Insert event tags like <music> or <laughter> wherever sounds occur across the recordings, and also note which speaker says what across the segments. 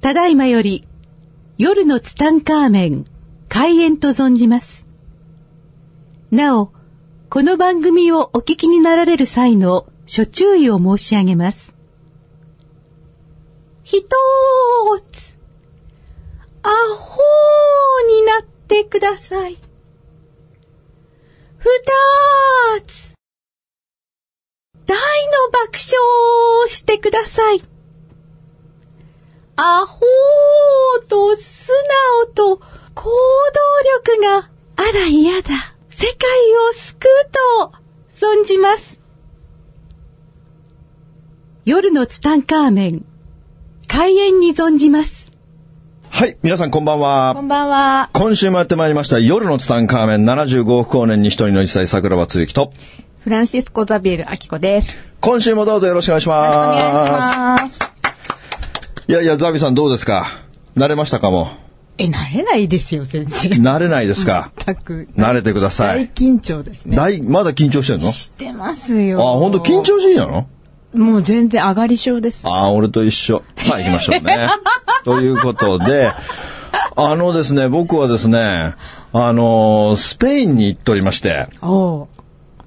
Speaker 1: ただいまより、夜のツタンカーメン、開演と存じます。なお、この番組をお聞きになられる際の、諸注意を申し上げます。ひとーつ、アホーになってください。ふたーつ、大の爆笑をしてください。アホーと素直と行動力があら嫌だ。世界を救うと存じます。夜のツタンカーメン、開演に存じます。
Speaker 2: はい、皆さんこんばん
Speaker 1: こ
Speaker 2: は。
Speaker 1: んばんは。
Speaker 2: 今週もやってまいりました、夜のツタンカーメン75億光年に一人の一歳桜庭つゆきと、
Speaker 3: フランシスコ・ザビエル・アキコです。
Speaker 2: 今週もどうぞよろしくお願いします。
Speaker 3: お願いします。
Speaker 2: いやいや、ザビさんどうですか慣れましたかも
Speaker 3: え、慣れないですよ、全
Speaker 2: う。
Speaker 3: 然。
Speaker 2: 慣れないですか
Speaker 3: 全く。
Speaker 2: 慣れてくださ
Speaker 3: 大
Speaker 2: い。
Speaker 3: 緊張ですね。
Speaker 2: 大、まだ緊張してんの
Speaker 3: してますよ。
Speaker 2: あ、本当緊張しいなの
Speaker 3: もう全然上がり症です。
Speaker 2: ああ、俺と一緒。さあ行きましょう
Speaker 3: <laughs>
Speaker 2: ね。ということで、あのですね、僕はですね、あのースペインに行っておりまして、
Speaker 3: おう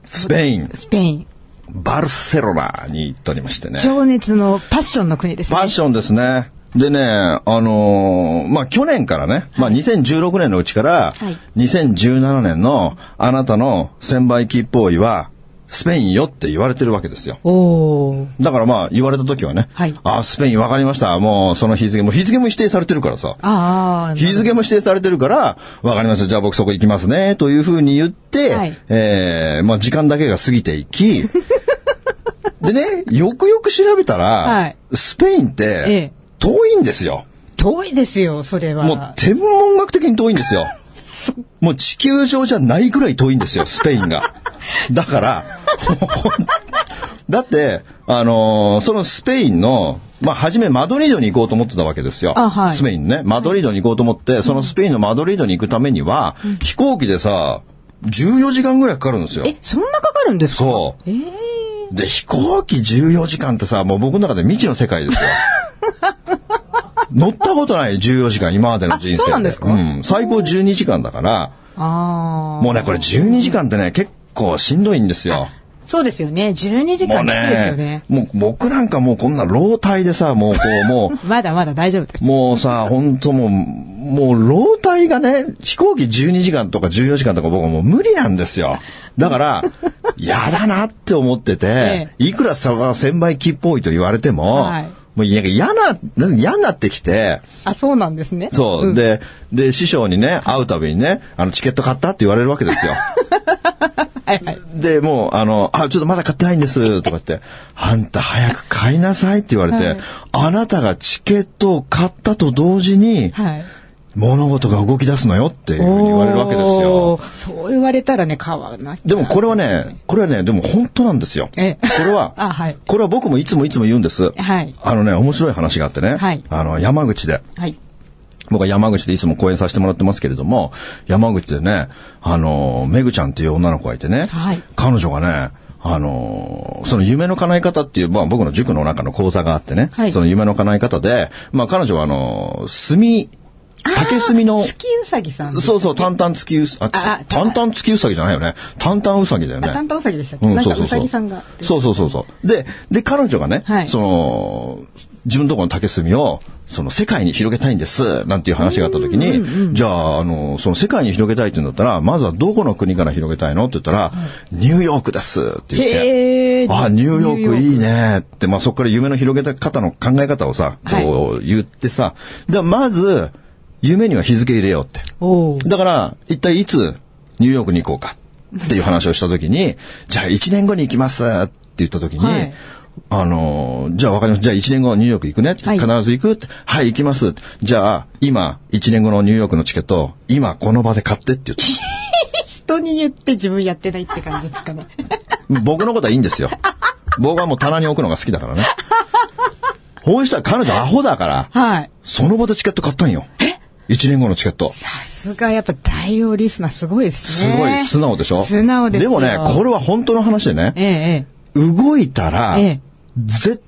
Speaker 2: スペイン、
Speaker 3: スペイン。
Speaker 2: バルセロナに行っておりましてね。
Speaker 3: 情熱のパッションの国です
Speaker 2: ファッ
Speaker 3: ね。
Speaker 2: ションですね。でね、あのーまあ、去年からね、まあ、2016年のうちから、
Speaker 3: はい
Speaker 2: 2017年のあなたの1000倍キーボーイは、スペインよって言われてるわけですよ。
Speaker 3: おー。
Speaker 2: だからまあ、言われた時はね、
Speaker 3: はい
Speaker 2: あ、スペインわかりました。もう、その日付も、日付も指定されてるからさ。
Speaker 3: ああ、
Speaker 2: 日付も指定されてるから、わかりました。じゃあ僕そこ行きますね。というふうに言って、
Speaker 3: はい
Speaker 2: えーまあ時間だけが過ぎていき、
Speaker 3: <laughs>
Speaker 2: でね、よくよく調べたら、
Speaker 3: はい
Speaker 2: スペインっ
Speaker 3: え
Speaker 2: て
Speaker 3: え、
Speaker 2: 遠いんですよ。
Speaker 3: 遠いですよ、それ
Speaker 2: もう
Speaker 3: は。
Speaker 2: 天文学的に遠いんです
Speaker 3: <laughs>
Speaker 2: よ。もう地球上じゃないぐらい遠いんですよ、スペインが。だから、もうだって、あのーそのスペインの、まあ、初めマドリードに行こうと思ってたわけですよ。
Speaker 3: あはい
Speaker 2: スペインね。マドリードに行こうと思って、そのスペインのマドリードに行くためには、飛行機でさ、14時間ぐらいかかるんですよ。
Speaker 3: え、そんなかかるんですか
Speaker 2: そう
Speaker 3: えー
Speaker 2: で、飛行機14時間ってさ、もう僕の中で未知の世
Speaker 3: <laughs>
Speaker 2: 界ですよ。乗ったことない14時間、今までの人
Speaker 3: あ
Speaker 2: 生
Speaker 3: そうなんですか
Speaker 2: うん。最高12時間だから、
Speaker 3: ああ。
Speaker 2: もうね、これ12時間ってね、結構しんどいんですよ。
Speaker 3: そうですよね。12時
Speaker 2: も
Speaker 3: 間
Speaker 2: う
Speaker 3: きついですよね
Speaker 2: ね。、もう僕なんかもうこんな老体でさ、もうこう、もう、
Speaker 3: まだまだ大丈夫です。
Speaker 2: もうさ、本当もう、もう老体がね、飛行機12時間とか14時間とか僕はもう無理なんですよ。
Speaker 3: <laughs>
Speaker 2: だから、やだなって思ってて
Speaker 3: え、
Speaker 2: いくらさ、1000倍きっぽいと言われても、
Speaker 3: はい
Speaker 2: もういや嫌な、嫌になってきて、
Speaker 3: あ、そうなんですね。
Speaker 2: そう、
Speaker 3: ん、
Speaker 2: で、で、師匠にね、会うたびにね、あの、チケット買ったって言われるわ
Speaker 3: <laughs>
Speaker 2: けですよ。
Speaker 3: はいはい。
Speaker 2: で、もう、あの、あ、ちょっとまだ買ってないんです、とかって、あんた早く買いなさいって言われて、
Speaker 3: はい
Speaker 2: あなたがチケットを買ったと同時に、
Speaker 3: はい。
Speaker 2: 物事が動き出すのよっていうふうに言われるわけです
Speaker 3: お
Speaker 2: よ
Speaker 3: ー。。そう言われたらね、変わらない。
Speaker 2: でもこれはね、これはね、でも本当なんですよ。こ
Speaker 3: ええ、
Speaker 2: れは
Speaker 3: あはい
Speaker 2: これは僕もいつもいつも言うんです。
Speaker 3: はい
Speaker 2: あのね、面白い話があってね、
Speaker 3: はい
Speaker 2: あの、山口で、
Speaker 3: はい。
Speaker 2: 僕は山口でいつも講演させてもらってますけれども、山口でね、あの、めぐちゃんっていう女の子がいてね、
Speaker 3: はい
Speaker 2: 彼女がね、あのその夢の叶え方っていう、まあ僕の塾の中の講座があってね、
Speaker 3: はい
Speaker 2: その夢の叶え方で、まあ彼女はあの、炭、竹炭の、
Speaker 3: 月うさぎさん。
Speaker 2: そうそう、淡々月うさ、あ
Speaker 3: あ、
Speaker 2: 淡々月うさぎじゃないよね。淡々うさぎだよ
Speaker 3: あ、担
Speaker 2: ね。
Speaker 3: 当うさぎでしたっけ、
Speaker 2: うん、
Speaker 3: なん
Speaker 2: そ
Speaker 3: か
Speaker 2: うそううそ
Speaker 3: さぎ
Speaker 2: う。
Speaker 3: さんが。
Speaker 2: そうそうそうそう。で、で、彼女がね、
Speaker 3: はい
Speaker 2: その、自分のところの竹炭を、その世界に広げたいんです、なんていう話があった時に、じゃあ、あの、その世界に広げたいって言うんだったら、まずはどこの国から広げたいのって言ったら、ニューヨークですって言って。
Speaker 3: へー
Speaker 2: あ、ニューヨーク
Speaker 3: い。
Speaker 2: いいねって、まあ、そこから夢の広げ方の考え方をさ、こう言ってさ、でまず、夢には日付入れようって。
Speaker 3: おー
Speaker 2: だから、一体いつニューヨークに行こうかっていう話をしたときに、じゃあ1年後に行きますって言ったときに、
Speaker 3: はい
Speaker 2: あのー、じゃあわかりました。じゃあ1年後ニューヨーク行くね。
Speaker 3: はい
Speaker 2: 必ず行くってはい、行きます。じゃあ、今、1年後のニューヨークのチケット、今この場で買ってって
Speaker 3: <laughs>
Speaker 2: 言って、
Speaker 3: 人に言って自分やってないって感じですかね。
Speaker 2: 僕のことはいいんですよ。僕はもう棚に置くのが好きだからね。こうしたら彼女アホだから、
Speaker 3: はい。
Speaker 2: その場でチケット買ったんよ。1年後のチケット。
Speaker 3: さすがやっぱ大王リスナーすごいです
Speaker 2: す
Speaker 3: ね。
Speaker 2: ごい素直でしょ
Speaker 3: 素直です
Speaker 2: で
Speaker 3: よ
Speaker 2: もね、これは本当の話でね、
Speaker 3: ええええ。
Speaker 2: 動いたら、
Speaker 3: ええ
Speaker 2: 絶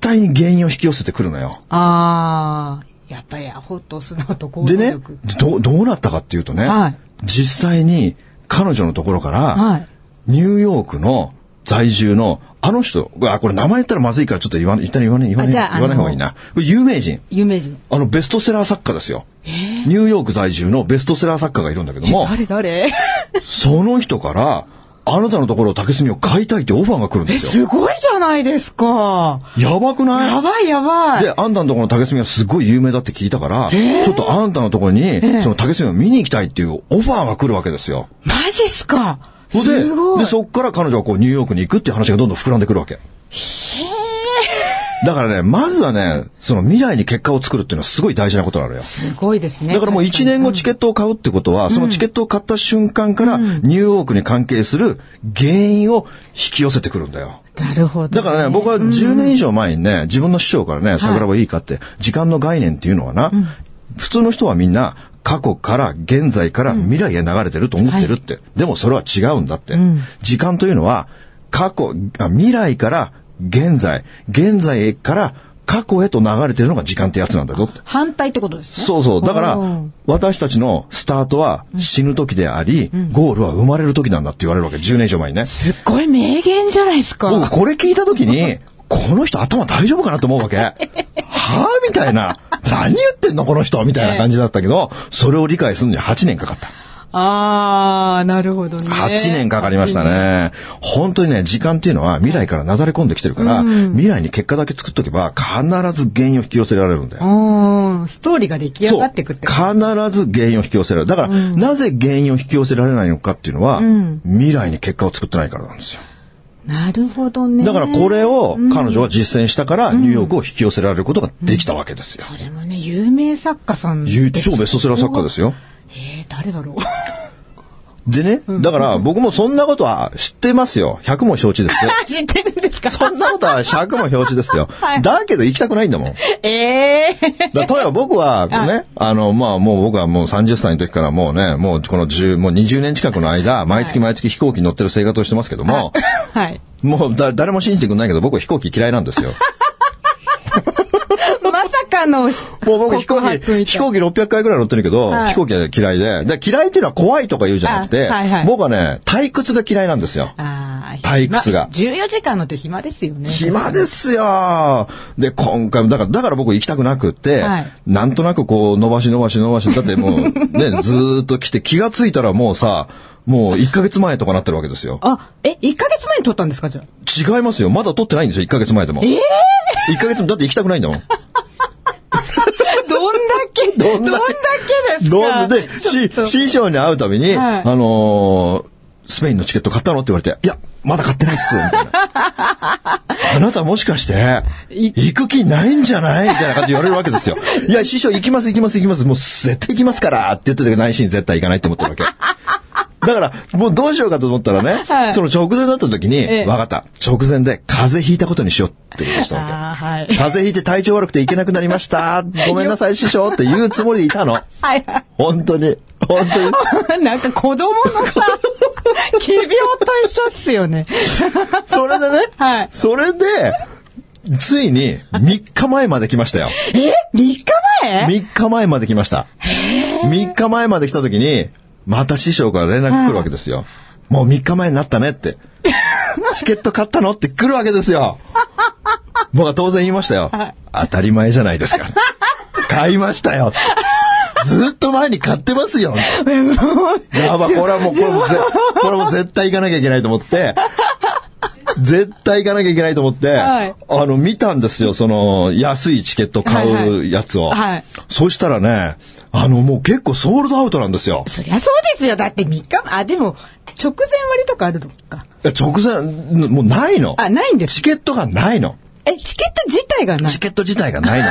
Speaker 2: 対に原因を引き寄せてくるのよ。
Speaker 3: あー。やっぱりアホと素直と行動
Speaker 2: でね
Speaker 3: 力。、
Speaker 2: ど、どうなったかっていうとね、
Speaker 3: はい
Speaker 2: 実際に彼女のところから、
Speaker 3: はい
Speaker 2: ニューヨークの在住の、あの人、あ、これ名前言ったらまずいからちょっと言わない、一旦言わない、言わな
Speaker 3: あ
Speaker 2: い、
Speaker 3: じ
Speaker 2: 言
Speaker 3: ゃあ
Speaker 2: わない方がいいな。これ有名人。
Speaker 3: 有名人。
Speaker 2: あの、ベストセラー作家ですよ。ニューヨーク在住のベストセラー作家がいるんだけども、
Speaker 3: 誰誰
Speaker 2: その人から、あなたのところ竹炭を買いたいってオファーが来るんで
Speaker 3: え、
Speaker 2: す
Speaker 3: す
Speaker 2: よ。
Speaker 3: ごいじゃないですか。
Speaker 2: やばくない
Speaker 3: やばいやばい。
Speaker 2: で、あんたのところの竹炭がすごい有名だって聞いたから、ちょっとあんたのところに、その竹炭を見に行きたいっていうオファーが来るわけですよ。
Speaker 3: マジっすか。
Speaker 2: それです
Speaker 3: ごい。
Speaker 2: で、そっから彼女はこうニューヨークに行くっていう話がどんどん膨らんでくるわけ。だからね、まずはね、その未来に結果を作るっていうのはすごい大事なことなのよ。
Speaker 3: すごいですね。
Speaker 2: だからもう1年後チ
Speaker 3: 近
Speaker 2: ケットを買うってことは、そのチケットを買った瞬間からニューヨークに関係する原因を引き寄せてくるんだよ。
Speaker 3: く。なるほど。
Speaker 2: だからね、僕は10年以上前にね、自分の師匠からね、桜はいいかって、時間の概念っていうのはな、普通の人はみんな、過去から現在から未来へ流れてると思ってるって。でもそれは違うんだって。時間というのは、過去、あ未来から現在、現在から過去へと流れてるのが時間ってやつなんだぞって。
Speaker 3: 反対ってことですね。
Speaker 2: そうそう。だか
Speaker 3: お
Speaker 2: ら
Speaker 3: ー、
Speaker 2: 私たちのスタートは死ぬ時であり、ゴールは生まれる時なんだって言われるわけ。10年以上前にね。
Speaker 3: すっごい名言じゃないですか。
Speaker 2: 僕これ聞いた時
Speaker 3: <laughs>
Speaker 2: に、この人頭大丈夫かなと思うわけ。はぁみたいな。何言ってんのこの人みたいな感じだったけど、それを理解するのに8年かかった。
Speaker 3: あー、なるほどね。
Speaker 2: 8年かかりました。ね。本当にね、時間っていうのは未来からなだれ込んできてるから、未来に結果だけ作っとけば、必ず原因を引き寄せられるんだよ。
Speaker 3: うん、ストーリーが出来上
Speaker 2: そう
Speaker 3: がってくってこと
Speaker 2: 必ず原因を引き寄せられる。だから、なぜ原因を引き寄せられないのかっていうのは、未来に結果を作ってないからなんですよ。
Speaker 3: なるほどね。
Speaker 2: だからこれを彼女は実践したから、ニューヨークを引き寄せられることができたわけですよ。
Speaker 3: それもね、有名作家さん。
Speaker 2: ゆう超ベストセラー作家ですすよ。
Speaker 3: えー、誰だろう。 <laughs>
Speaker 2: でね、だから僕もそんなことは知ってますよ。100も承知です <laughs> よ。
Speaker 3: 知ってるんですか
Speaker 2: そんなことは100も承知です <laughs> よ。
Speaker 3: はい
Speaker 2: だけど行きたくないんだもん。
Speaker 3: えー。 <laughs>
Speaker 2: だから例えば僕 <laughs> は、ね、あの、まあもう僕はもう30歳の時からもうね、もうこの10、もう20年近くの間、毎月毎月飛行機に乗ってる生活をしてますけども、
Speaker 3: はい。
Speaker 2: もうだ誰も信じてくんないけど僕は飛行機嫌いなんですよ。
Speaker 3: まさかの、
Speaker 2: もう僕飛行
Speaker 3: 告白みたい
Speaker 2: 機、
Speaker 3: な
Speaker 2: 飛行機600回ぐらい乗ってるけど、
Speaker 3: はい
Speaker 2: 飛行機は嫌いで、で、嫌いっていうのは怖いとか言うじゃなくて、
Speaker 3: あはいはい
Speaker 2: 僕はね、退屈が嫌いなんですよ。
Speaker 3: あー
Speaker 2: <laughs> 退屈が
Speaker 3: まあ14時間のって暇ですよね。
Speaker 2: 暇ですよで、今回も、だから、だから僕行きたくなくって、
Speaker 3: はい
Speaker 2: なんとなくこう、伸ばし伸ばし伸ばし、だって
Speaker 3: <laughs>
Speaker 2: もう、ね、ずーっと来て、気がついたらもうさ、もう1ヶ月前とかなってるわけですよ。
Speaker 3: あ、え、1ヶ月前に撮ったんですかじゃあ。
Speaker 2: 違いますよ。まだ撮ってないんですよ、1ヶ月前でも。え !1 ヶ月も、だって行きたくないんだもん。
Speaker 3: どんだけ、
Speaker 2: <laughs> ど
Speaker 3: ど
Speaker 2: ん
Speaker 3: ん
Speaker 2: だ
Speaker 3: だけです
Speaker 2: ど
Speaker 3: か
Speaker 2: んで、
Speaker 3: ちょっ
Speaker 2: し
Speaker 3: と
Speaker 2: 師匠に会うたびに、
Speaker 3: はい
Speaker 2: あのースペインのチケット買ったのって言われて、いや、まだ買ってないっす、み
Speaker 3: <laughs>
Speaker 2: たいな。あなたもしかして、
Speaker 3: い
Speaker 2: 行く気ないんじゃないみたいな感じで言われるわけですよ。いや、師匠行きます行きます行きます、もう絶対行きますからって言ってたけど内心絶対行かないって思ってるわけ。だから、もうどうしようかと思ったらね、
Speaker 3: はい
Speaker 2: その直前だった時に、わ、
Speaker 3: ええ
Speaker 2: かった。直前で風邪ひいたことにしようってことしたわけ。
Speaker 3: あーはい。
Speaker 2: 風邪ひいて体調悪くて行けなくなりました。ごめんなさい、師匠って言うつもりでいたの。
Speaker 3: はいはい。
Speaker 2: 本当に。本当
Speaker 3: <laughs>
Speaker 2: に。
Speaker 3: なんか子供の <laughs> さ、仮病と一緒っすよね。
Speaker 2: <laughs> それでね、
Speaker 3: はい
Speaker 2: それで、ついに3日前まで来ましたよ。
Speaker 3: え ?3 日 <laughs> 前
Speaker 2: 3日前まで来ました。3日前まで来た時に、また師匠から連絡来るわけですよ。もう3日前になったねって。チケット買ったのって来るわけですよ。僕は当然言いましたよ。当たり前じゃないですか。買いましたよ。ずっと前に買ってますよ。やばい、これはもう、これもぜ、これも絶対行かなきゃいけないと思って、絶対行かなきゃいけないと思って、
Speaker 3: はい
Speaker 2: あの、見たんですよ、その、安いチケット買
Speaker 3: はいうはい
Speaker 2: やつを。
Speaker 3: はい
Speaker 2: そしたらね、あの、もう結構ソールドアウトなんですよ。
Speaker 3: そりゃそうですよ。だって3日あ、でも、直前割とかあるのか。
Speaker 2: 直前、もうないの。
Speaker 3: あ、ないんです。
Speaker 2: チケットがないの。
Speaker 3: え、チケット自体がな
Speaker 2: チケット自体がないの。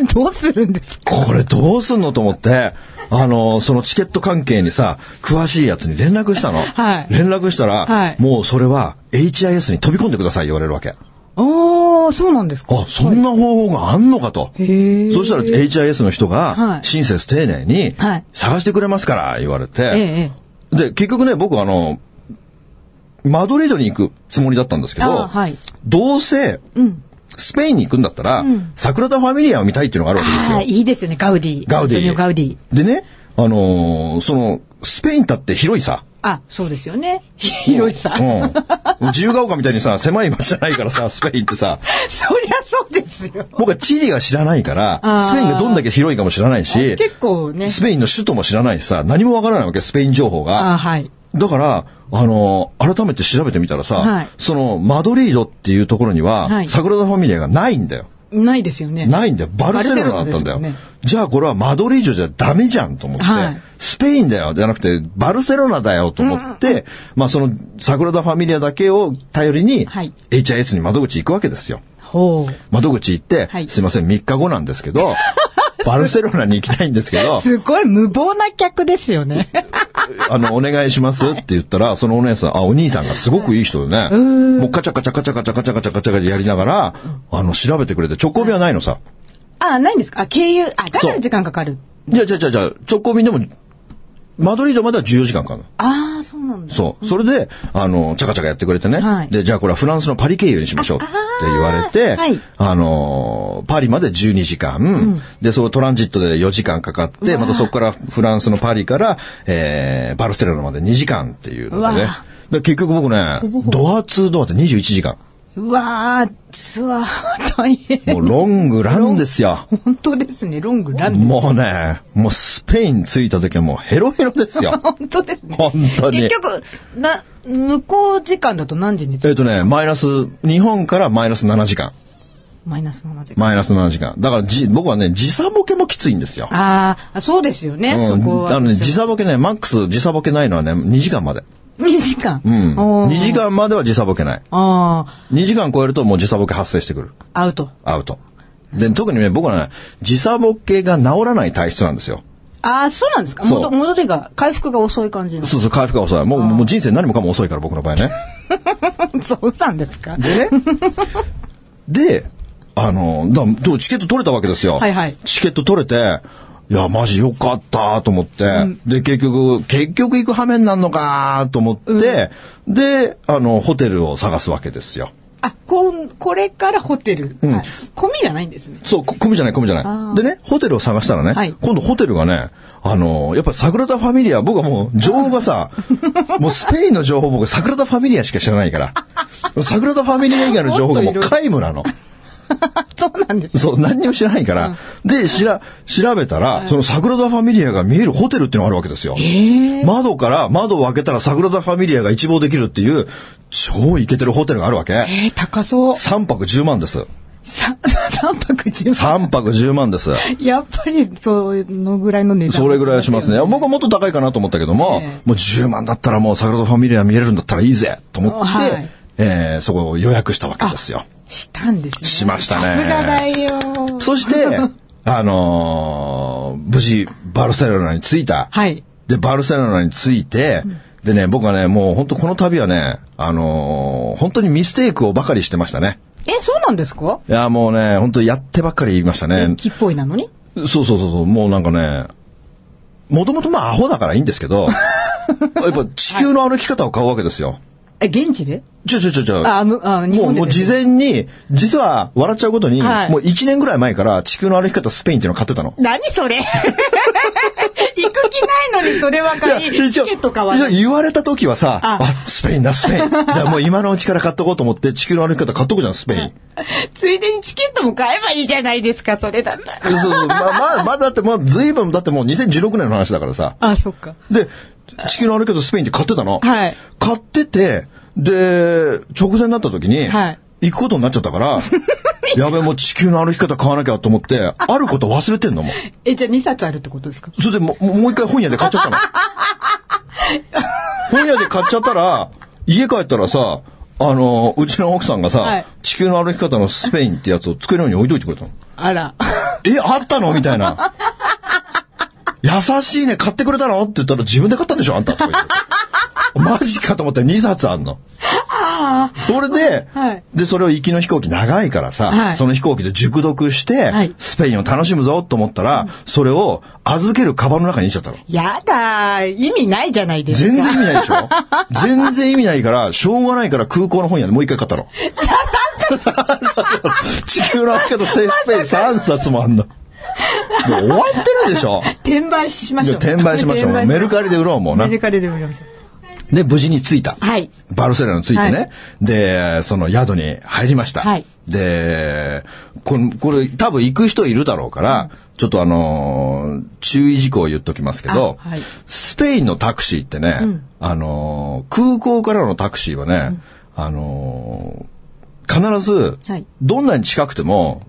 Speaker 3: い。 <laughs> どうするんですか
Speaker 2: これどうすんのと思って、あの、そのチケット関係にさ、詳しいやつに連絡したの。
Speaker 3: はい
Speaker 2: 連絡したら、
Speaker 3: はい
Speaker 2: もうそれは HIS に飛び込んでください言われるわけ。
Speaker 3: おー、そうなんですか
Speaker 2: あ、そんな方法があんのかと。
Speaker 3: へえ。
Speaker 2: そしたら HIS の人
Speaker 3: は
Speaker 2: が、
Speaker 3: い
Speaker 2: 親切丁寧に
Speaker 3: はい、
Speaker 2: 探してくれますから、言われて、
Speaker 3: ええ
Speaker 2: で、結局ね、僕あの、マドリードに行くつもりだったんですけど、
Speaker 3: あはい
Speaker 2: どうせ、
Speaker 3: うん。
Speaker 2: スペインに行くんだったら、桜田ファミリアを見たいっていうのがあるわけです
Speaker 4: ああ、
Speaker 2: よ。
Speaker 4: いいですよね、ガウディ。
Speaker 2: ガウデ
Speaker 4: アントニオ
Speaker 2: ィ。
Speaker 4: ガウディ。
Speaker 2: でね、あのーその、スペインだって広いさ。
Speaker 4: あ、そうですよね。広いさ。
Speaker 2: うん。自由が丘みたいにさ、狭い街じゃないからさ、スペインってさ。
Speaker 3: <laughs> そりゃそうですよ。
Speaker 2: 僕はチリが知らないから
Speaker 3: あ、ー
Speaker 2: スペインがどんだけ広いかも知らないし、
Speaker 3: 結構ね。
Speaker 2: スペインの首都も知らないしさ、何もわからないわけ、スペイン情報
Speaker 3: あ
Speaker 2: が。
Speaker 3: はい。
Speaker 2: だから、あのー改めて調べてみたらさ、
Speaker 4: はい
Speaker 2: その、マドリードっていうところには、
Speaker 4: はい
Speaker 2: サグラダ・ファミリアがないんだよ。
Speaker 4: ないですよね。
Speaker 2: ないんだよ。バルセロナだ
Speaker 3: バ
Speaker 2: っ
Speaker 3: ルセロナ
Speaker 2: たんだ
Speaker 3: ですよ
Speaker 2: よ。
Speaker 3: ね
Speaker 2: じゃあこれはマドリードじゃダメじゃんと思って、
Speaker 4: はい
Speaker 2: スペインだよじゃなくてバルセロナだよと思って、まあそのサグラダ・ファミリアだけを頼りに、
Speaker 4: はい
Speaker 2: HIS に窓口行くわけですよ。
Speaker 4: ほう。
Speaker 2: 窓口行って、
Speaker 4: はい
Speaker 2: すいません3日後なんです
Speaker 3: <laughs>
Speaker 2: けど、バルセロナに行きたいんですけど、
Speaker 3: すごい無謀な客ですよね。
Speaker 2: あの、お願いしますって言ったら、そのお姉さん、あ、お兄さんがすごくいい人でね、もうカチャカチャカチャカチャカチャカチャカチャカチャやりながら、あの、調べてくれて、直行便はないのさ。
Speaker 4: <laughs> あ、ないんですかあ、経由。あ、だか
Speaker 2: そ
Speaker 4: ら
Speaker 2: う
Speaker 4: 時間かかる。
Speaker 2: じゃあ、じゃあ、じゃあ、じゃあ直行便でも、マドリードまでは14時間かかるの。
Speaker 4: ああ、そうなんだ。
Speaker 2: そう。それで、あの、チャカチャカやってくれてね。
Speaker 4: はい
Speaker 2: で、じゃあこれはフランスのパリ経由にしましょうって言われて、
Speaker 4: あはい
Speaker 2: あのー、パリまで12時間、で、そのトランジットで4時間かかって、またそこからフランスのパリから、えー、バルセロナまで2時間っていうので
Speaker 4: う
Speaker 2: ね
Speaker 4: わ。
Speaker 2: で結局僕ね、ドア2ドアって21時間。
Speaker 4: うわあ、つわー、大変。
Speaker 2: も
Speaker 4: <laughs>
Speaker 2: うロングランですよ。
Speaker 3: 本当ですね。ロングラン。
Speaker 2: もうね、もうスペイン着いた時はもうヘロヘロで
Speaker 4: <laughs>
Speaker 2: すよ。
Speaker 4: 本当ですね。
Speaker 2: 本当に
Speaker 4: 結局、な、向こう時間だと何時に着く
Speaker 2: えっとね、マイナス、日本からマイナス7時間。
Speaker 4: マイナス7時間。
Speaker 2: マイナス7時間。だからじ、僕はね、時差ボケもきついんですよ。
Speaker 4: あーあ、そうですよね、
Speaker 2: うん
Speaker 4: そこは。
Speaker 2: あのね、時差ボケね、マックス時差ボケないのはね、2時間まで。
Speaker 4: 2時間。
Speaker 2: うん。
Speaker 4: おー
Speaker 2: 2時。間までは時差ボケない。
Speaker 4: ああ、
Speaker 2: 2時間超えるともう時差ボケ発生してくる。
Speaker 4: アウト。
Speaker 2: アウト。で、特にね、僕はね、時差ボケが治らない体質なんですよ。
Speaker 4: ああ、そうなんですか
Speaker 2: そう
Speaker 4: 戻戻りが、回復が遅い感じの。
Speaker 2: そうそう、回復が遅い。もう、もう人生何もかも遅いから、僕の場合ね。
Speaker 4: <laughs> そうなんですか
Speaker 2: で
Speaker 4: <laughs>
Speaker 2: ね。で、あの、だでもチケット取れたわけですよ。
Speaker 4: はいはい
Speaker 2: チケット取れて、いや、マジよかったと思って、で、結局、結局行く羽目になるのかと思って、で、あの、ホテルを探すわけですよ。
Speaker 4: あ、こん、これからホテル。
Speaker 2: ん
Speaker 4: あ込みじゃないんですね。
Speaker 2: そう、こ込みじゃない、込みじゃない。でね、ホテルを探したらね、
Speaker 4: はい
Speaker 2: 今度ホテルがね、あの、やっぱ桜田ファミリア、僕はもう情報
Speaker 4: <laughs>
Speaker 2: がさ、もうスペインの情報僕桜田ファミリアしか知らな
Speaker 4: <laughs>
Speaker 2: いから、桜田ファミリア以外の情報がもう皆無なの。
Speaker 4: そうなんです。
Speaker 2: <laughs> そう、何にも知らないから。で、しら、調べたら、その桜田ファミリアが見えるホテルっていうのがあるわけですよ。窓から、窓を開けたら桜田ファミリアが一望できるっていう、超イケてるホテルがあるわけ。
Speaker 4: えー、高そう。
Speaker 2: 3泊10万です。
Speaker 4: さ三泊十万。
Speaker 2: 3泊10万です。
Speaker 4: やっぱり、そのぐらいの値段。
Speaker 2: それぐらいしますね。
Speaker 4: よ。
Speaker 2: 僕はもっと高いかなと思ったけども、
Speaker 4: ええ
Speaker 2: もう10万だったらもう桜田ファミリア見れるんだったらいいぜと思って、
Speaker 4: はい
Speaker 2: えーそこを予約したわけで
Speaker 4: <laughs>
Speaker 2: すよ。
Speaker 4: したんですね。
Speaker 2: しましたね
Speaker 4: さすがだよ。
Speaker 2: そして、あのー無事バルセロナに着いた。
Speaker 4: はい。
Speaker 2: で、バルセロナに着いて、でね、僕はね、もう本当この旅はね、あのー本当にミステイクをばかりしてましたね。
Speaker 4: え、そうなんですか
Speaker 2: いや、もうね、本当やってばっかり言いましたね。
Speaker 4: 気っぽいなのに
Speaker 2: そうそうそうそう、もうなんかね、もともとまあアホだからいいんです
Speaker 4: <laughs>
Speaker 2: けど、やっぱ地球の歩き方を買うわけですよ。
Speaker 4: え、現地で
Speaker 2: ちょちょちょちょ。
Speaker 4: ああむあ日
Speaker 2: もう
Speaker 4: 本で
Speaker 2: もう
Speaker 4: です
Speaker 2: 事前に、実は笑っちゃうことに、
Speaker 3: はい
Speaker 2: もう1年ぐらい前から地球の歩き方スペインっていうのを買ってたの。
Speaker 3: 何それ行く気ないのにそれは買い、チケット買わない。
Speaker 2: いや言われた時はさ、
Speaker 3: あ
Speaker 2: あスペインだ、スペイ
Speaker 3: <laughs>
Speaker 2: ン。じゃあもう今のうちから買っとこうと思って、地球の歩き方買っとこうじゃん、スペイン。
Speaker 3: ついでにチケットも買えばいいじゃないですか、それだったら。
Speaker 2: そうそう、まあ、まあ、まあだって、まあ、随分、だってもう2016年の話だからさ。
Speaker 3: あ、そっか。
Speaker 2: で、地球の歩き方スペインって買ってたの。
Speaker 3: はい
Speaker 2: 買ってて、で、直前になった時に、
Speaker 3: はい
Speaker 2: 行くことになっちゃった
Speaker 3: <laughs>
Speaker 2: から、やべ、もう地球の歩き方買わなきゃと思って、あること忘れてんのもう。
Speaker 3: え、じゃあ2冊あるってことですか
Speaker 2: それでもう、もう一回本屋で買っち
Speaker 3: <laughs>
Speaker 2: ゃったの。本屋で買っちゃったら、家帰ったらさ、あの、うちの奥さんがさ、
Speaker 3: はい
Speaker 2: 地球の歩き方のスペインってやつを机の上に置いといてくれたの。
Speaker 3: あら。 <laughs>
Speaker 2: え、あったのみたいな。優しいね、買ってくれたのって言ったら自分で買ったんでしょあんたとか言って。マジかと思って2冊あんの。
Speaker 4: ああ。
Speaker 2: それで、
Speaker 4: はい
Speaker 2: で、それを行きの飛行機長いからさ、
Speaker 4: はい
Speaker 2: その飛行機で熟読して、
Speaker 4: はい
Speaker 2: スペインを楽しむぞと思ったら、それを預けるカバンの中に入れちゃったの。
Speaker 3: やだー意味ないじゃないですか。
Speaker 2: 全然意味ないでし <laughs> ょ全然意味ないから、しょうがないから空港の本屋でもう一回買った <laughs> の。地球の歩き方セーフスペイン3冊もあんの。もう <laughs> 終わってるでしょ
Speaker 3: 転売しましょう。
Speaker 2: 転売しましょう。メルカリで売ろうもうな
Speaker 3: メ。ルカリでもやりましょう。
Speaker 2: で、無事に着いた。
Speaker 3: はい
Speaker 2: バルセロナに着いてね。
Speaker 3: は
Speaker 2: で、その宿に入りました。
Speaker 3: はい
Speaker 2: で、これ、これ多分行く人いるだろうから、ちょっとあのー注意事項を言っときますけど、
Speaker 3: あはい
Speaker 2: スペインのタクシーってね、あのー空港からのタクシーはね、あのー必ず
Speaker 3: はい、
Speaker 2: どんなに近くても、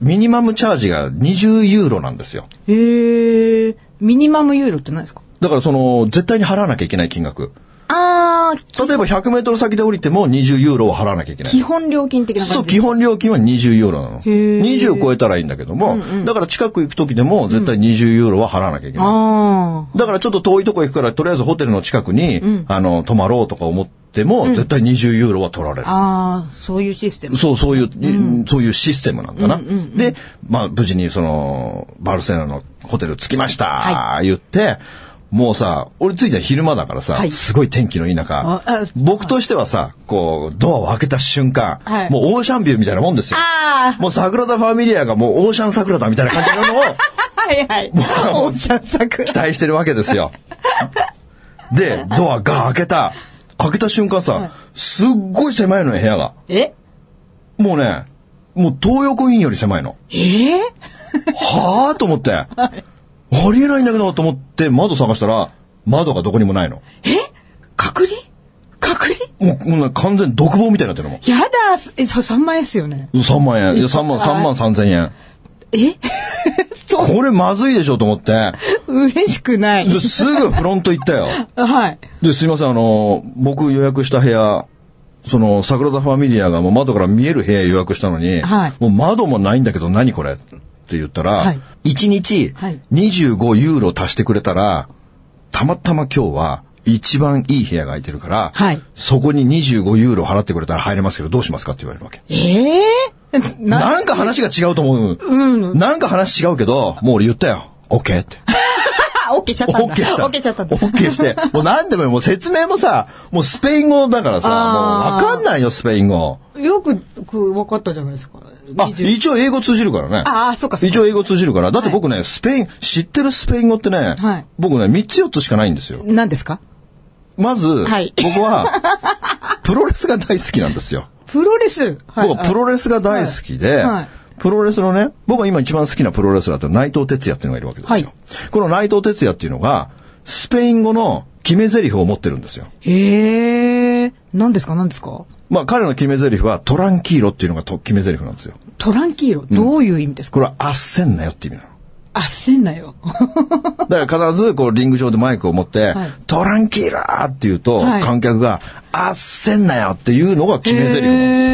Speaker 2: ミニマムチャージが20ユーロなんですよ。
Speaker 4: へえ。ミニマムユーロって何ですか
Speaker 2: だからその、絶対に払わなきゃいけない金額。
Speaker 4: ああ、
Speaker 2: 例えば100メートル先で降りても20ユーロを払わなきゃいけない。
Speaker 4: 基本料金的な感じ。
Speaker 2: そう、基本料金は20ユーロなの。
Speaker 4: ー
Speaker 2: 20超えたらいいんだけども、だから近く行く時でも絶対20ユーロは払わなきゃいけない。
Speaker 4: あ
Speaker 2: だからちょっと遠いとこ行くから、とりあえずホテルの近くに、あの、泊まろうとか思っても、絶対20ユーロは取られる
Speaker 4: あ。。ああ、そういうシステム。
Speaker 2: そう、そういう、そういうシステムなんだな。で、まあ、無事にその、バルセロナのホテル着きました、言って、もうさ、俺着いたの昼間だからさ、
Speaker 4: はい
Speaker 2: すごい天気のいい中
Speaker 4: ああ、
Speaker 2: 僕としてはさ、こう、ドアを開けた瞬間、
Speaker 4: はい
Speaker 2: もうオーシャンビューみたいなもんですよ。
Speaker 3: あ
Speaker 2: もう桜田ファミリアがもうオーシャン桜田みたいな感じなの
Speaker 3: あ、
Speaker 2: を <laughs>
Speaker 3: はいはい。オーシャン作。
Speaker 2: 期待してるわけですよ。で、ドアが開けた、開けた瞬間さ、すっごい狭いのよ、部屋が。
Speaker 3: え
Speaker 2: もうね、もう東横インより狭いの。
Speaker 3: えー、
Speaker 2: はぁと思って。ありえないんだけどと思って窓探したら、窓がどこにもないの。
Speaker 3: え隔離隔離
Speaker 2: もう、もうね完全に独房みたいになってるのも
Speaker 3: やだーえ、そう、3万円っすよね。
Speaker 2: う。3万円。いや、3万、3万3千円。
Speaker 3: え <laughs> そう、
Speaker 2: これまずいでしょと思って。
Speaker 3: 嬉しくない。
Speaker 2: で、すぐフロント行ったよ。
Speaker 3: はい。
Speaker 2: で、すいません、あの、僕予約した部屋、その、桜田ファミリアがもう窓から見える部屋予約したのに、
Speaker 3: はい
Speaker 2: もう窓もないんだけど何これって言ったら、
Speaker 3: はい
Speaker 2: 1日
Speaker 3: はい
Speaker 2: 25ユーロ足してくれたら、たまたま今日は一番いい部屋が空いてるから、
Speaker 3: はい
Speaker 2: そこに25ユーロ払ってくれたら入れますけどどうしますかって言われるわけ。
Speaker 3: ええー、
Speaker 2: な
Speaker 3: な、
Speaker 2: んか話が違うと思う。なんか話違うけど、もう俺言ったよ。OK って。
Speaker 3: あ、オッケーしちゃったんだ。
Speaker 2: オッケーした。
Speaker 3: オッケーしちゃったんだ
Speaker 2: オ。ッケーして。もう何でもいいもう説明もさ、もうスペイン語だからさ、もう
Speaker 3: あー
Speaker 2: わかんないよ、スペイン語。
Speaker 3: よく、く、分かったじゃないですか。
Speaker 2: あ、
Speaker 3: 20
Speaker 2: 一応英語通じるからね。
Speaker 3: ああ、そうか、そう
Speaker 2: 一
Speaker 3: か。
Speaker 2: 応英語通じるから。だって僕ね、スペイン、知ってるスペイン語ってね、
Speaker 3: はい
Speaker 2: 僕ね、3つ4つしかないんですよ。
Speaker 3: 何ですか
Speaker 2: まず、
Speaker 3: はい
Speaker 2: 僕は、プロレスが大好きなんですよ。
Speaker 3: プロレス。はい。
Speaker 2: 僕はプロレスが大好き
Speaker 3: は
Speaker 2: で、
Speaker 3: いはい
Speaker 2: プロレスのね、僕は今一番好きなプロレスラーって内藤哲也っていうのがいるわけですよ。
Speaker 3: はい
Speaker 2: この内藤哲也っていうのが、スペイン語の決め台詞を持ってるんですよ。
Speaker 3: へえ、何ですか、何ですか
Speaker 2: まあ彼の決め台詞はトランキーロっていうのがと決め台詞なんですよ。
Speaker 3: トランキーロ、どういう意味ですか、
Speaker 2: これはあっせんなよって意
Speaker 3: <laughs>
Speaker 2: 味なの。
Speaker 3: あっせんなよ。
Speaker 2: だから必ずこうリング上でマイクを持って、
Speaker 3: はい
Speaker 2: トランキーローって言うと、
Speaker 3: はい
Speaker 2: 観客があっせんなよっていうのが決め台詞なんですよ。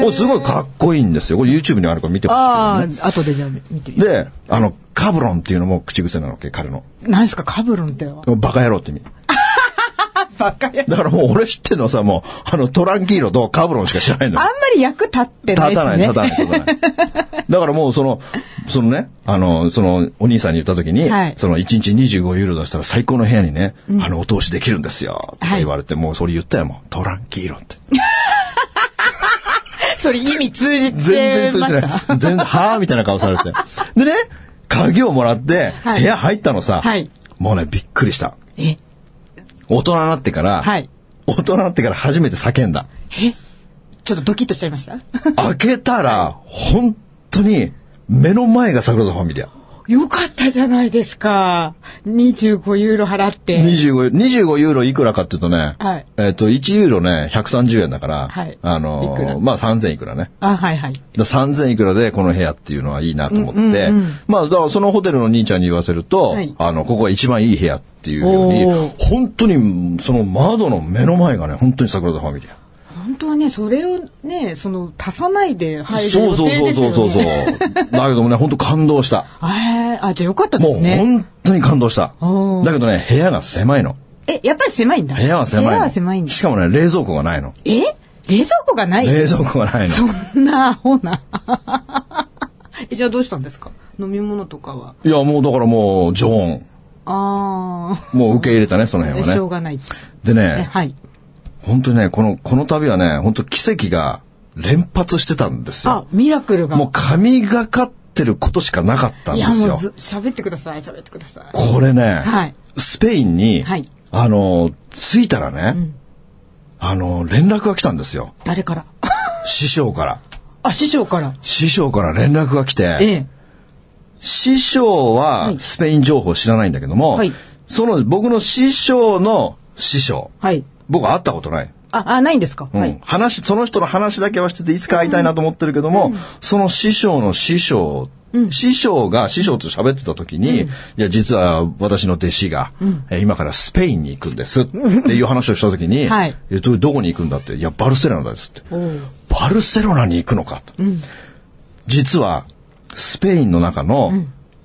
Speaker 2: もうすごいかっこいいんですよ。これ YouTube にあるから見てほしいけど
Speaker 3: あ
Speaker 2: ね。
Speaker 3: あ、後でじゃあ見てみよ
Speaker 2: で、あの、カブロンっていうのも口癖なわけ、彼の。
Speaker 3: う。何ですか、カブロンって。
Speaker 2: バカ野郎って意味。
Speaker 3: <laughs> バカや。
Speaker 2: だからもう俺知ってんのはさ、もう、あの、トランキーロとカブロンしか知らないのよ
Speaker 3: あんまり役立ってないです
Speaker 2: 立たない、
Speaker 3: ね。
Speaker 2: 立たない、立たない。だからもうその、そのね、あの、その、お兄さんに言った時に、
Speaker 3: はい
Speaker 2: その1日25ユーロ出したら最高の部屋にね、あの、お通しできるんですよ、って言われて、もうそれ言ったよ、もう、トランキーロって。
Speaker 3: <laughs> それ意味通じて
Speaker 2: 全然通
Speaker 3: ま
Speaker 2: じ
Speaker 3: した
Speaker 2: てない。全然、はぁみたいな顔されて。でね、鍵をもらって、
Speaker 3: はい
Speaker 2: 部屋入ったのさ、
Speaker 3: はい
Speaker 2: もうね、びっくりした。
Speaker 3: え、
Speaker 2: 大人になってから、
Speaker 3: はい
Speaker 2: 大人になってから初めて叫んだ。
Speaker 3: え、ちょっとドキッとしちゃいました
Speaker 2: 開けたら、本当に、目の前が桜田ファミリア。
Speaker 3: よかったじゃないですか。25ユーロ払って。
Speaker 2: 25, 25ユーロいくらかっていうとね、
Speaker 3: はい
Speaker 2: えっ、と、1ユーロね、130円だから、
Speaker 3: はい
Speaker 2: あのー
Speaker 3: いくら
Speaker 2: まあ3000いくらね。
Speaker 3: あ、はいはい。
Speaker 2: だ3000いくらでこの部屋っていうのはいいなと思って、まあ、だからそのホテルの兄ちゃんに言わせると、
Speaker 3: はい
Speaker 2: あの、ここが一番いい部屋っていうように
Speaker 3: おー、
Speaker 2: 本当に、その窓の目の前がね、本当に桜田ファミリア。
Speaker 3: 本当はね、それをね、その、足さないで入る
Speaker 2: そう
Speaker 3: 予
Speaker 2: そう
Speaker 3: 定
Speaker 2: そう
Speaker 3: です
Speaker 2: そ
Speaker 3: よ
Speaker 2: う
Speaker 3: ね。
Speaker 2: そうそう。だけどもね、本当感動した。
Speaker 3: あーあ、じゃあよかったで
Speaker 2: もう
Speaker 3: すね。
Speaker 2: 本当に感動した。
Speaker 3: おー
Speaker 2: だけどね、部屋が狭いの。
Speaker 3: え、やっぱり狭いんだ。
Speaker 2: 部屋は狭いの。
Speaker 3: 部屋は狭いんだ
Speaker 2: し。かもね、冷蔵庫がないの。
Speaker 3: え冷蔵庫がない
Speaker 2: 冷蔵庫がないの。
Speaker 3: そんな、ほな。 <laughs> え、じゃあどうしたんですか飲み物とかは。
Speaker 2: いや、もうだからもう、常温。
Speaker 3: あ
Speaker 2: もう受け入れたね、その
Speaker 3: あ、
Speaker 2: 辺
Speaker 3: しょ
Speaker 2: は
Speaker 3: う
Speaker 2: ね。
Speaker 3: がない。
Speaker 2: で
Speaker 3: え、
Speaker 2: ね、
Speaker 3: はい。
Speaker 2: 本当にね、この、この旅はね、本当奇跡が連発してたんです
Speaker 3: あ
Speaker 2: よ。、
Speaker 3: ミラクルが。
Speaker 2: もう神がかってることしかなかったん
Speaker 3: い
Speaker 2: で
Speaker 3: や、
Speaker 2: す
Speaker 3: もう
Speaker 2: よ
Speaker 3: ず。喋ってください、喋ってください。
Speaker 2: これね、
Speaker 3: はい
Speaker 2: スペインに、
Speaker 3: はい
Speaker 2: あの、着いたらね、あの、連絡が来たんですよ。
Speaker 3: 誰から
Speaker 2: 師匠から。
Speaker 3: あ、師匠から。
Speaker 2: 師匠から連絡が来て、
Speaker 3: ええ。
Speaker 2: 師匠
Speaker 3: は
Speaker 2: はいスペイン情報知らないんだけども、
Speaker 3: はい
Speaker 2: その僕の師匠の師匠、
Speaker 3: はい。
Speaker 2: 僕は会ったことない。
Speaker 3: あ、あ、ないんですか、
Speaker 2: うん
Speaker 3: はい。
Speaker 2: 話、その人の話だけはしてて、いつか会いたいなと思ってるけども、その師匠の師匠、師匠が師匠と喋ってた時に、いや、実は私の弟子が、えー今からスペインに行くんですっていう話をした時に、
Speaker 3: はい
Speaker 2: えどどこに行くんだって、いや、バルセロナですって。バルセロナに行くのかと。実は、スペインの中の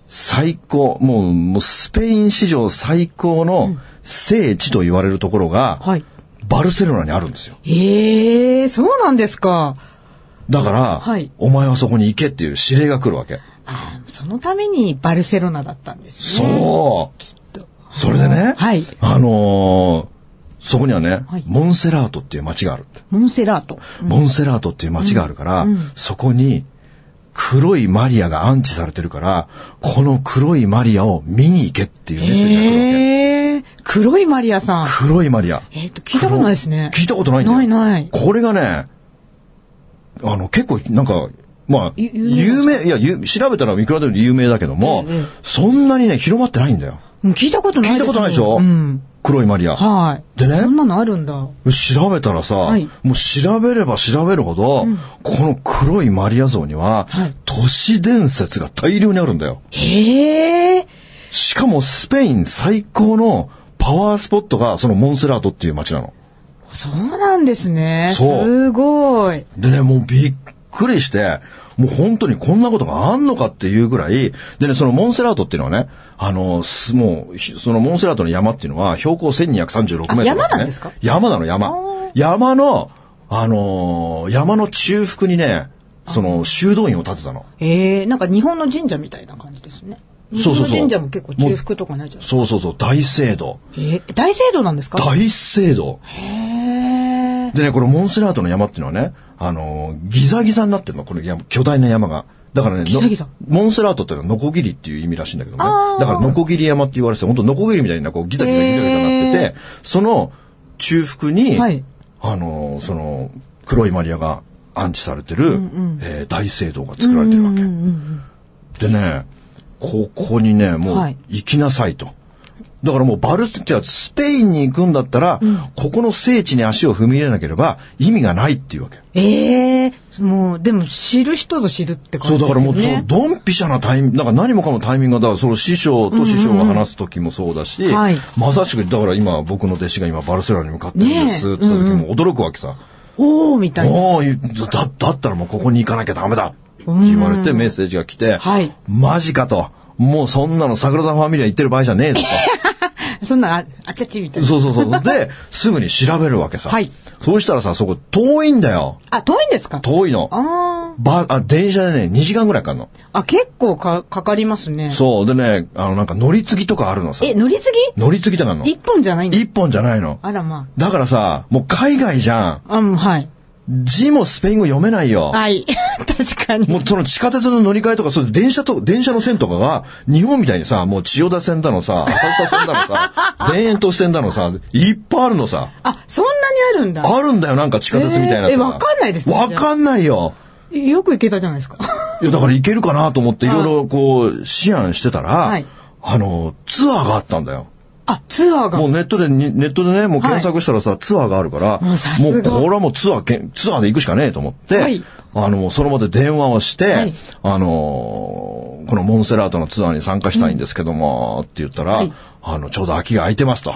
Speaker 2: 最高、もう、もうスペイン史上最高の聖地と言われるところが、
Speaker 3: はい。
Speaker 2: バルセロナにあるんですよ。
Speaker 3: ええそうなんですか。
Speaker 2: だから、
Speaker 3: はい
Speaker 2: お前はそこに行けっていう指令が来るわけ。
Speaker 3: あそのためにバルセロナだったんですね。
Speaker 2: そう。それでね、
Speaker 3: はい
Speaker 2: あのーそこにはね、
Speaker 3: はい
Speaker 2: モンセラートっていう街があるって。
Speaker 3: モンセラート。
Speaker 2: モンセラートっていう街があるから、そこに黒いマリアが安置されてるから、この黒いマリアを見に行けっていうメッセージが来るわけ。
Speaker 3: ええ黒いマリアさん。
Speaker 2: 黒いマリア。
Speaker 3: えっ、と、聞いたことないですね。
Speaker 2: 聞いたことないんだよ。
Speaker 3: ないない
Speaker 2: これがね、あの、結構、なんか、まあ、
Speaker 3: ゆ
Speaker 2: 有名、いや、ゆ調べたらいくらでも有名だけども、
Speaker 3: ええええ
Speaker 2: そんなにね、広まってないんだよ。
Speaker 3: うん聞いたことない
Speaker 2: 聞い
Speaker 3: です
Speaker 2: たことないでしょ、
Speaker 3: うん。
Speaker 2: 黒いマリア。
Speaker 3: はい。
Speaker 2: でね
Speaker 3: そんなのあるんだ。
Speaker 2: 調べたらさ、
Speaker 3: はい
Speaker 2: もう調べれば調べるほど、この黒いマリア像には、
Speaker 3: はい
Speaker 2: 都市伝説が大量にあるんだよ。
Speaker 3: へえ。
Speaker 2: しかもスペイン最高のパワースポットがそのモンセラートっていう街なの。
Speaker 3: そうなんですね。
Speaker 2: そう
Speaker 3: すごい。
Speaker 2: でね、もうびっくりして、もう本当にこんなことがあんのかっていうぐらい、でね、そのモンセラートっていうのはね、あの、すもう、ひそのモンセラートの山っていうのは標高1236メートル、ね。
Speaker 3: あ山なんですか
Speaker 2: 山なの、山。山の、あのー山の中腹にね、その修道院を建てたの。
Speaker 3: ええなんか日本の神社みたいな感じですね。
Speaker 2: そうそうそう
Speaker 3: 日本の神社も結構中腹とかないじゃないですか。
Speaker 2: そうそうそう、大聖堂。
Speaker 3: えー大聖堂なんですか
Speaker 2: 大聖堂。
Speaker 3: へえ。
Speaker 2: でね、このモンセラートの山っていうのはね、あのーギザギザになってるの、この山、巨大な山が。だからね、の
Speaker 3: ギザギザ
Speaker 2: モンセラートっていうのはノコギリっていう意味らしいんだけどね
Speaker 3: あ。ー
Speaker 2: だからノコギリ山って言われてて、本当ノコギリみたいなこうギザギザギザギザになって
Speaker 3: へ
Speaker 2: て、その中腹に、
Speaker 3: はい
Speaker 2: あのーその黒いマリアが安置されてる、えー大聖堂が作られてるわけ。でね、ここにね、も
Speaker 3: は
Speaker 2: う
Speaker 3: い
Speaker 2: 行きなさいと。だからもうバルス、じゃあスペインに行くんだったら、ここの聖地に足を踏み入れなければ意味がないっていうわけ。
Speaker 3: ええもう、でも知る人ぞ知るって感
Speaker 2: そう、
Speaker 3: じ
Speaker 2: だ
Speaker 3: です
Speaker 2: か
Speaker 3: よ
Speaker 2: ら
Speaker 3: ね。
Speaker 2: もう、そのドンピシャなタイミング、なんか何もかもタイミングが、だから、その師匠と師匠が話す時もそうだし、
Speaker 3: はい
Speaker 2: まさしく、だから今、僕の弟子が今、バルセロナに向かってるんです、
Speaker 3: ねえ
Speaker 2: って言った時も驚くわけさ。
Speaker 3: おーみたいな。
Speaker 2: おーだ、だったらもうここに行かなきゃダメだって言われてメッセージが来て、
Speaker 3: はい
Speaker 2: マジかと。もうそんなの桜田ファミリア行ってる場合じゃねえぞと。
Speaker 3: そんな、ああちゃちみたいな。
Speaker 2: そうそうそう。で、すぐに調べるわけさ。
Speaker 3: はい
Speaker 2: そうしたらさ、そこ遠いんだよ。
Speaker 3: あ、遠いんですか
Speaker 2: 遠いの。
Speaker 3: あ
Speaker 2: ば、あ、電車でね、2時間ぐらいかかるの。
Speaker 3: あ。あ、結構か、かかりますね。
Speaker 2: そう。でね、あの、なんか乗り継ぎとかあるのさ。
Speaker 3: え、乗り継
Speaker 2: 乗り継ぎとかあるの
Speaker 3: ぎ一本じゃないんだ
Speaker 2: 一本じゃないの。
Speaker 3: あらま
Speaker 2: だからさ、もう海外じ
Speaker 3: あ。
Speaker 2: ゃ
Speaker 3: あ、もうはい。
Speaker 2: ん。字もスペイン語読めないよ。
Speaker 3: はい。 <laughs> 確かに。
Speaker 2: もうその地下鉄の乗り換えとか、そう電車と、電車の線とかが、日本みたいにさ、もう千代田線だのさ、浅草線だの
Speaker 3: <laughs>
Speaker 2: さ、田園都市線だのさ、いっぱいあるのさ。
Speaker 3: あ、そんなにあるんだ。
Speaker 2: あるんだよ、なんか地下鉄みたいなやつ
Speaker 3: えー
Speaker 2: が
Speaker 3: えわかんないですね
Speaker 2: わかんないよ。
Speaker 3: よく行けたじゃないですか。 <laughs>
Speaker 2: いや、だから行けるかなと思って、いろいろこう、思案してたら、
Speaker 3: はい
Speaker 2: あの、ツアーがあったんだよ。
Speaker 3: あ、ツアーが。
Speaker 2: もうネットでに、ネットでね、も
Speaker 3: は
Speaker 2: う
Speaker 3: い
Speaker 2: 検索したらさ、ツアーがあるから、
Speaker 3: もうさすが
Speaker 2: もうこれはもうツアーけん、ツアーで行くしかねえと思って、
Speaker 3: はい
Speaker 2: あの、もうその場で電話をして、
Speaker 3: はい
Speaker 2: あのーこのモンセラートのツアーに参加したいんですけども、って言ったら、
Speaker 3: はい
Speaker 2: あの、ちょうど空きが空いてますと。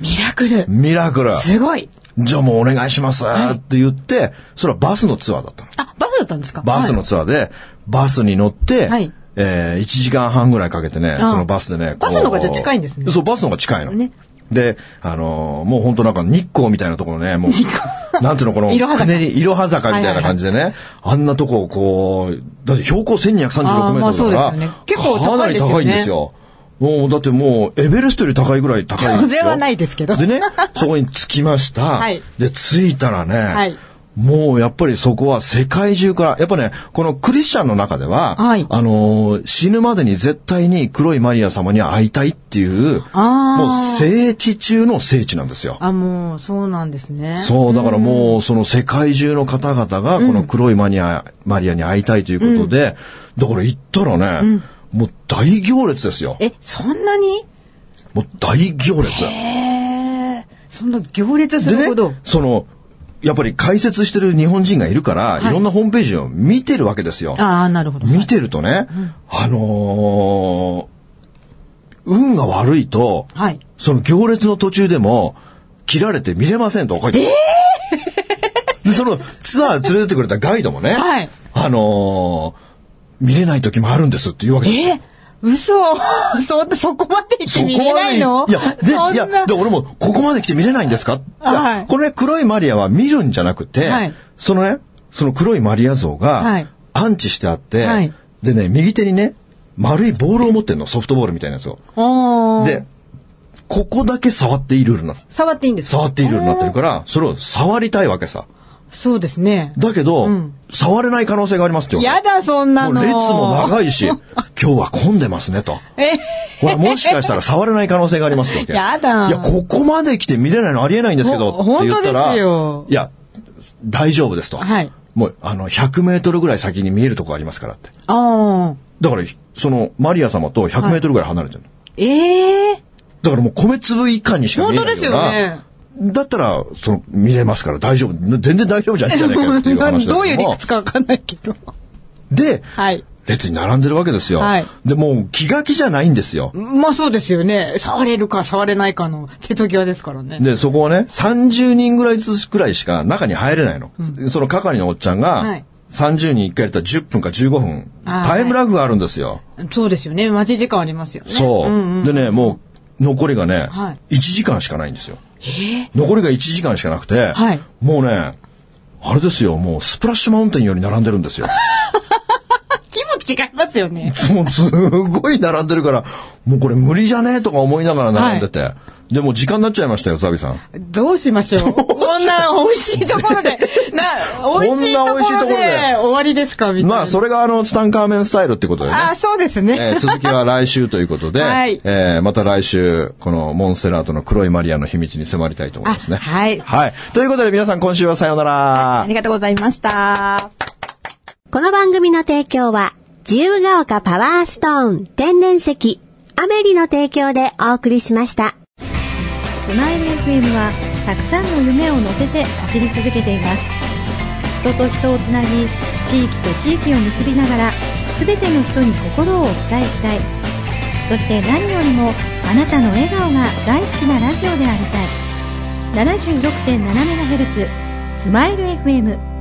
Speaker 3: ミラクル。
Speaker 2: ミラクル
Speaker 3: すごい。
Speaker 2: じゃあもうお願いします
Speaker 3: はい
Speaker 2: って言って、それはバスのツアーだったの。
Speaker 3: あ、バスだったんですか
Speaker 2: バスの
Speaker 3: はい
Speaker 2: ツアーで、バスに乗って、
Speaker 3: はい
Speaker 2: えー、1時間半ぐらいかけてね、
Speaker 3: ああ
Speaker 2: そのバスでね、こう
Speaker 3: バスの方がじゃあ近いんですね
Speaker 2: そう、バスの方が近いの。
Speaker 3: ね
Speaker 2: で、あのーもう本当なんか日光みたいなところね、もう、 <laughs> なんていうの、この、
Speaker 3: いろは坂
Speaker 2: くねり、いろは坂みたいな感じでね、あんなとこをこう、だって標高1236メートルだから、
Speaker 3: あーまあそうですよね結構
Speaker 2: かな
Speaker 3: 高い
Speaker 2: り
Speaker 3: ですよね
Speaker 2: 高いんですよ。もう、だってもう、エベレストより高いぐらい高いん
Speaker 3: <laughs>
Speaker 2: ですよ。
Speaker 5: それはないですけど
Speaker 2: でね、そこに着きました。
Speaker 3: はい
Speaker 2: で、着いたらね、
Speaker 3: はい
Speaker 2: もうやっぱりそこは世界中から、やっぱね、このクリスチャンの中では、
Speaker 3: はい
Speaker 2: あのー死ぬまでに絶対に黒いマリア様には会いたいっていう、
Speaker 3: あー
Speaker 2: もう聖地中の聖地なんですよ。
Speaker 3: あ、もう、そうなんですね。
Speaker 2: そう、だからもう、その世界中の方々が、この黒いマニア、マリアに会いたいということで、だから行ったらね、もう大行列ですよ。
Speaker 3: え、そんなに
Speaker 2: もう大行列。
Speaker 3: ええそんな行列す
Speaker 2: で
Speaker 3: るほど。
Speaker 2: ね、その、やっぱり解説してる日本人がいるから、いろんなホームページを見てるわけですよ。
Speaker 3: ああ、なるほど。
Speaker 2: 見てるとね、あのー運が悪いと、
Speaker 3: はい。
Speaker 2: その行列の途中でも、切られて見れませんと書いてある。 <laughs> で、そのツアー連れてってくれたガイドもね、
Speaker 3: はい
Speaker 2: あのー見れない時もあるんですって言うわけですよ。
Speaker 3: え嘘 <laughs> そんな、そこまで行って見れないの
Speaker 2: いや、で、
Speaker 3: そん
Speaker 2: い
Speaker 3: な
Speaker 2: や、で、俺も、ここまで来て見れないんですか、いや
Speaker 3: はい
Speaker 2: これ、黒いマリアは見るんじゃなくて、
Speaker 3: はい
Speaker 2: そのね、その黒いマリア像
Speaker 3: は
Speaker 2: が
Speaker 3: い、
Speaker 2: 安置してあって、
Speaker 3: はい
Speaker 2: でね、右手にね、丸いボールを持ってんの、ソフトボールみたいなやつを。
Speaker 3: おー
Speaker 2: で、ここだけ触っていいルールになって
Speaker 3: 触っていいんですか
Speaker 2: 触っていいルールになってるから、それを触りたいわけさ。
Speaker 3: そうですね。
Speaker 2: だけど、
Speaker 3: ん
Speaker 2: 触れない可能性がありますって言わ
Speaker 3: や
Speaker 2: れて
Speaker 3: だ、そんな
Speaker 2: も
Speaker 3: の。
Speaker 2: う列も長
Speaker 3: <laughs>
Speaker 2: いし、今日は混んでますねと。
Speaker 3: え、
Speaker 2: ほら、もしかしたら触れない可能性がありますってわけ。
Speaker 3: やだ
Speaker 2: いや、ここまで来て見れないのありえないんですけど、
Speaker 3: ほ
Speaker 2: って言ったら。
Speaker 3: 本当ですよ
Speaker 2: いや、大丈夫ですと。
Speaker 3: はい
Speaker 2: もう、あの、100メートルぐらい先に見えるとこありますからって。
Speaker 3: ああ。
Speaker 2: だから、その、マリア様と100メートルぐらい離れてるの。
Speaker 3: ええ
Speaker 2: だからもう米粒以下にしか見えないような
Speaker 3: 本当ですよね
Speaker 2: だったら、その、見れますから大丈夫。全然大丈夫じゃないんじゃないかよっていう
Speaker 3: <laughs>
Speaker 2: 話だけも
Speaker 3: どういう理屈かわかんないけど。
Speaker 2: で、
Speaker 3: はい。
Speaker 2: 列に並んでるわけですよ。
Speaker 3: はい
Speaker 2: で、もう気が気じゃないんですよ。
Speaker 3: まあそうですよね。触れるか触れないかの瀬戸際ですからね。
Speaker 2: で、そこはね、30人ぐらいずつくらいしか中に入れないの。その係のおっちゃん
Speaker 3: は
Speaker 2: が
Speaker 3: い、
Speaker 2: 30人1回やったら10分か15分、
Speaker 3: あー
Speaker 2: タイムラグがあるんですよ。
Speaker 3: そうですよね。待ち時間ありますよね。
Speaker 2: そう、
Speaker 3: んん
Speaker 2: でね、もう残りがね、
Speaker 3: はい
Speaker 2: 1時間しかないんですよ。残りが1時間しかなくて、
Speaker 3: はい
Speaker 2: もうね、あれですよ、もうスプラッシュマウンテンより並んでるんですよ。
Speaker 3: 気分違いますよね。
Speaker 2: もうすごい並んでるから、もうこれ無理じゃねえとか思いながら並んでて。でもう時間になっちゃいましたよ、ザビさん。
Speaker 3: どうしましょう。こんな美味しいところ
Speaker 2: <laughs>
Speaker 3: で、な、美味しいとこ
Speaker 2: こんな美味しいと
Speaker 3: ろ
Speaker 2: こ
Speaker 3: で
Speaker 2: ろで
Speaker 3: 終わりですかみたいな。
Speaker 2: まあ、それがあの、ツタンカーメンスタイルってことでね。
Speaker 3: あ、そうですね。
Speaker 2: えー続きは来週ということで、
Speaker 3: はい
Speaker 2: えーまた来週、このモンステラートの黒いマリアの秘密に迫りたいと思いますね。
Speaker 3: あはい
Speaker 2: はい。ということで皆さん今週はさようなら。
Speaker 5: ありがとうございました。
Speaker 6: この番組の提供は、自由が丘パワーストーン天然石、アメリの提供でお送りしました。
Speaker 7: スマイル FM はたくさんの夢を乗せて走り続けています人と人をつなぎ地域と地域を結びながら全ての人に心をお伝えしたいそして何よりもあなたの笑顔が大好きなラジオでありたい 76.7MHz スマイル FM